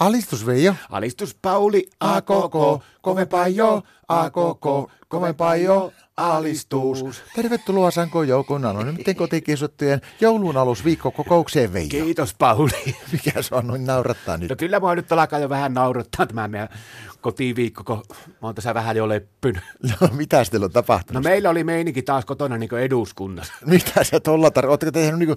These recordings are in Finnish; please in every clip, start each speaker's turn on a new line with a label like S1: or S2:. S1: Alistus Veijo.
S2: Alistus Pauli, AKK, kovempaa jo, AKK, kovempaa jo, alistus.
S1: Tervetuloa Sanko Joukon anonymiten kotikisuttujen joulun alusviikkokokoukseen Veijo.
S2: Kiitos Pauli.
S1: Mikä se on, noin naurattaa nyt.
S2: No kyllä mua nyt alkaa jo vähän naurattaa tämä meidän kotiviikko, kun mä oon tässä vähän jo leppynyt.
S1: No, mitä teillä on
S2: No
S1: tapahtunut?
S2: meillä oli meininki taas kotona niin eduskunnassa.
S1: Mitä sä tuolla tarkoittaa? Oletteko te tehnyt niinku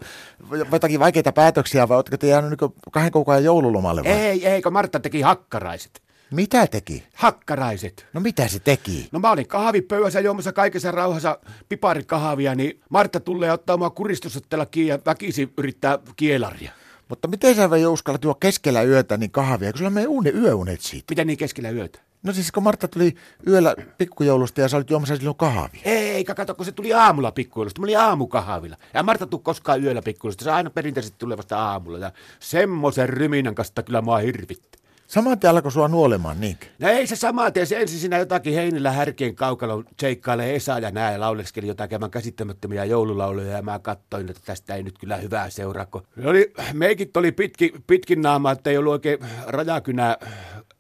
S1: jotakin vaikeita päätöksiä vai oletteko te jäänyt niinku kahden kuukauden joululomalle vai?
S2: Ei, ei, kun Martta teki hakkaraiset.
S1: Mitä teki?
S2: Hakkaraiset.
S1: No mitä se teki?
S2: No mä olin kahvipöydässä juomassa kaikessa rauhassa piparikahvia, niin Martta tulee ottaa mua kuristusottella kiinni ja väkisin yrittää kielaria.
S1: Mutta miten sä Veijo uskallat juo keskellä yötä niin kahvia, kun sulla menee uni, yöunet siitä?
S2: Mitä niin keskellä yötä?
S1: No siis kun Martta tuli yöllä pikkujoulusta ja sä olit juomassa silloin kahvia.
S2: Ei, eikä kato, kun se tuli aamulla pikkuilusta. Mä olin aamukahvilla. Ja Martta tuu koskaan yöllä pikkuilusta. Se aina perinteisesti tulee vasta aamulla. Ja semmoisen ryminän kanssa kyllä mua hirvitti.
S1: Saman tien alkoi sua nuolemaan niinkö?
S2: No ei se sama tee, se ensin sinä jotakin heinillä härkien kaukalla seikkailee Esa ja nää ja lauleskeli jotakin aivan käsittämättömiä joululauluja ja mä katsoin, että tästä ei nyt kyllä hyvää seuraa, kun ne oli, meikit oli pitki, pitkin naamaa, että ei ollut oikein rajakynää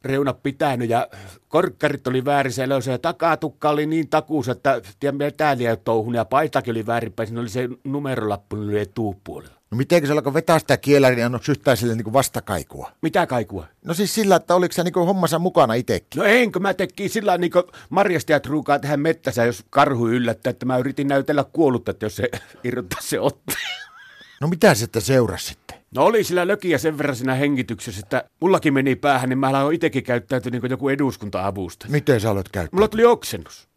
S2: reuna pitänyt ja korkkarit oli väärissä elössä ja takatukka oli niin takuussa, että tiedä mitä liian touhunut ja paitakin oli väärinpäin, siinä oli se numerolappu, niin oli etupuolella.
S1: No mitenkö se alkoi vetää sitä kielää, niin annoiko yhtään sille niin vastakaikua?
S2: Mitä kaikua?
S1: No siis sillä, että oliko se niin hommansa mukana itsekin?
S2: No enkö mä tekin sillä niin kuin marjastajat ruukaa tähän mettässä, jos karhu yllättää, että mä yritin näytellä kuollutta, että jos se irrottaa se otti.
S1: No mitä sitten seurasi sitten?
S2: No oli sillä lökiä sen verran siinä hengityksessä, että mullakin meni päähän, niin mä aloin itsekin käyttäytyä niin kuin joku eduskunta-avusta.
S1: Miten sä aloit käyttää?
S2: Mulla tuli oksennus.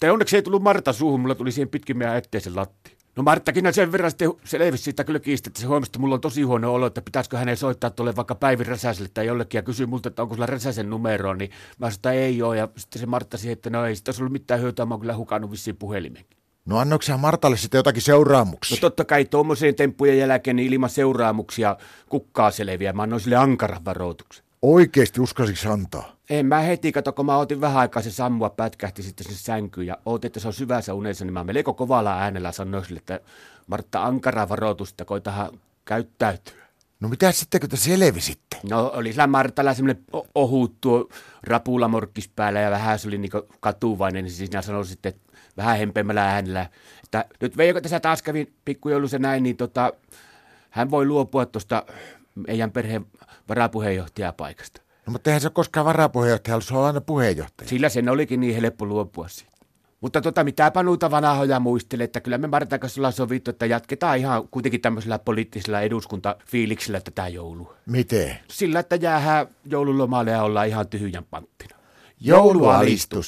S2: Tai onneksi ei tullut Marta suuhun, mulla tuli siihen pitkin meidän etteisen latti. No Marttakin sen verran sitten selvisi siitä kyllä kiistä, että se huomasi, että mulla on tosi huono olo, että pitäisikö hänen soittaa tuolle vaikka Päivi Räsäselle tai jollekin ja kysyi multa, että onko sulla Räsäsen numero, niin mä sanoin, että ei ole. Ja sitten se Martta siihen, että no ei sitä olisi ollut mitään hyötyä, mä oon kyllä hukannut vissiin puhelimen.
S1: No annoiko sä Martalle sitten jotakin seuraamuksia?
S2: No totta kai tuommoiseen temppujen jälkeen niin ilman seuraamuksia kukkaa selviä. Mä annoin sille ankaran varoituksen.
S1: Oikeesti uskasitko sä antaa?
S2: En mä heti, kato, kun mä otin vähän aikaa se sammua pätkähti sitten sinne sänkyyn ja ootin, että se on syvässä unessa, niin mä melko kovalla äänellä sanoin sille, että Martta ankara varoitusta, koitahan käyttäytyä.
S1: No mitä sitten, kun te selvisitte?
S2: No oli sillä Martalla semmoinen o- ohut tuo rapulamorkkis päällä ja vähän se oli niinku katuvainen, niin siinä sanoi sitten vähän hempeämmällä äänellä, että nyt Veijo, tässä taas kävi pikkujoulussa näin, niin tota, hän voi luopua tuosta meidän perheen varapuheenjohtajapaikasta.
S1: No mutta eihän se ole koskaan varapuheenjohtaja, se on aina puheenjohtaja.
S2: Sillä sen olikin niin helppo luopua siitä. Mutta tota, mitä panuuta vanhoja muistelee, että kyllä me Martan kanssa ollaan sovittu, että jatketaan ihan kuitenkin tämmöisellä poliittisella eduskuntafiiliksellä tätä joulua.
S1: Miten?
S2: Sillä, että jäähän joululomalle ja ollaan ihan tyhjän panttina.
S1: Joulualistus.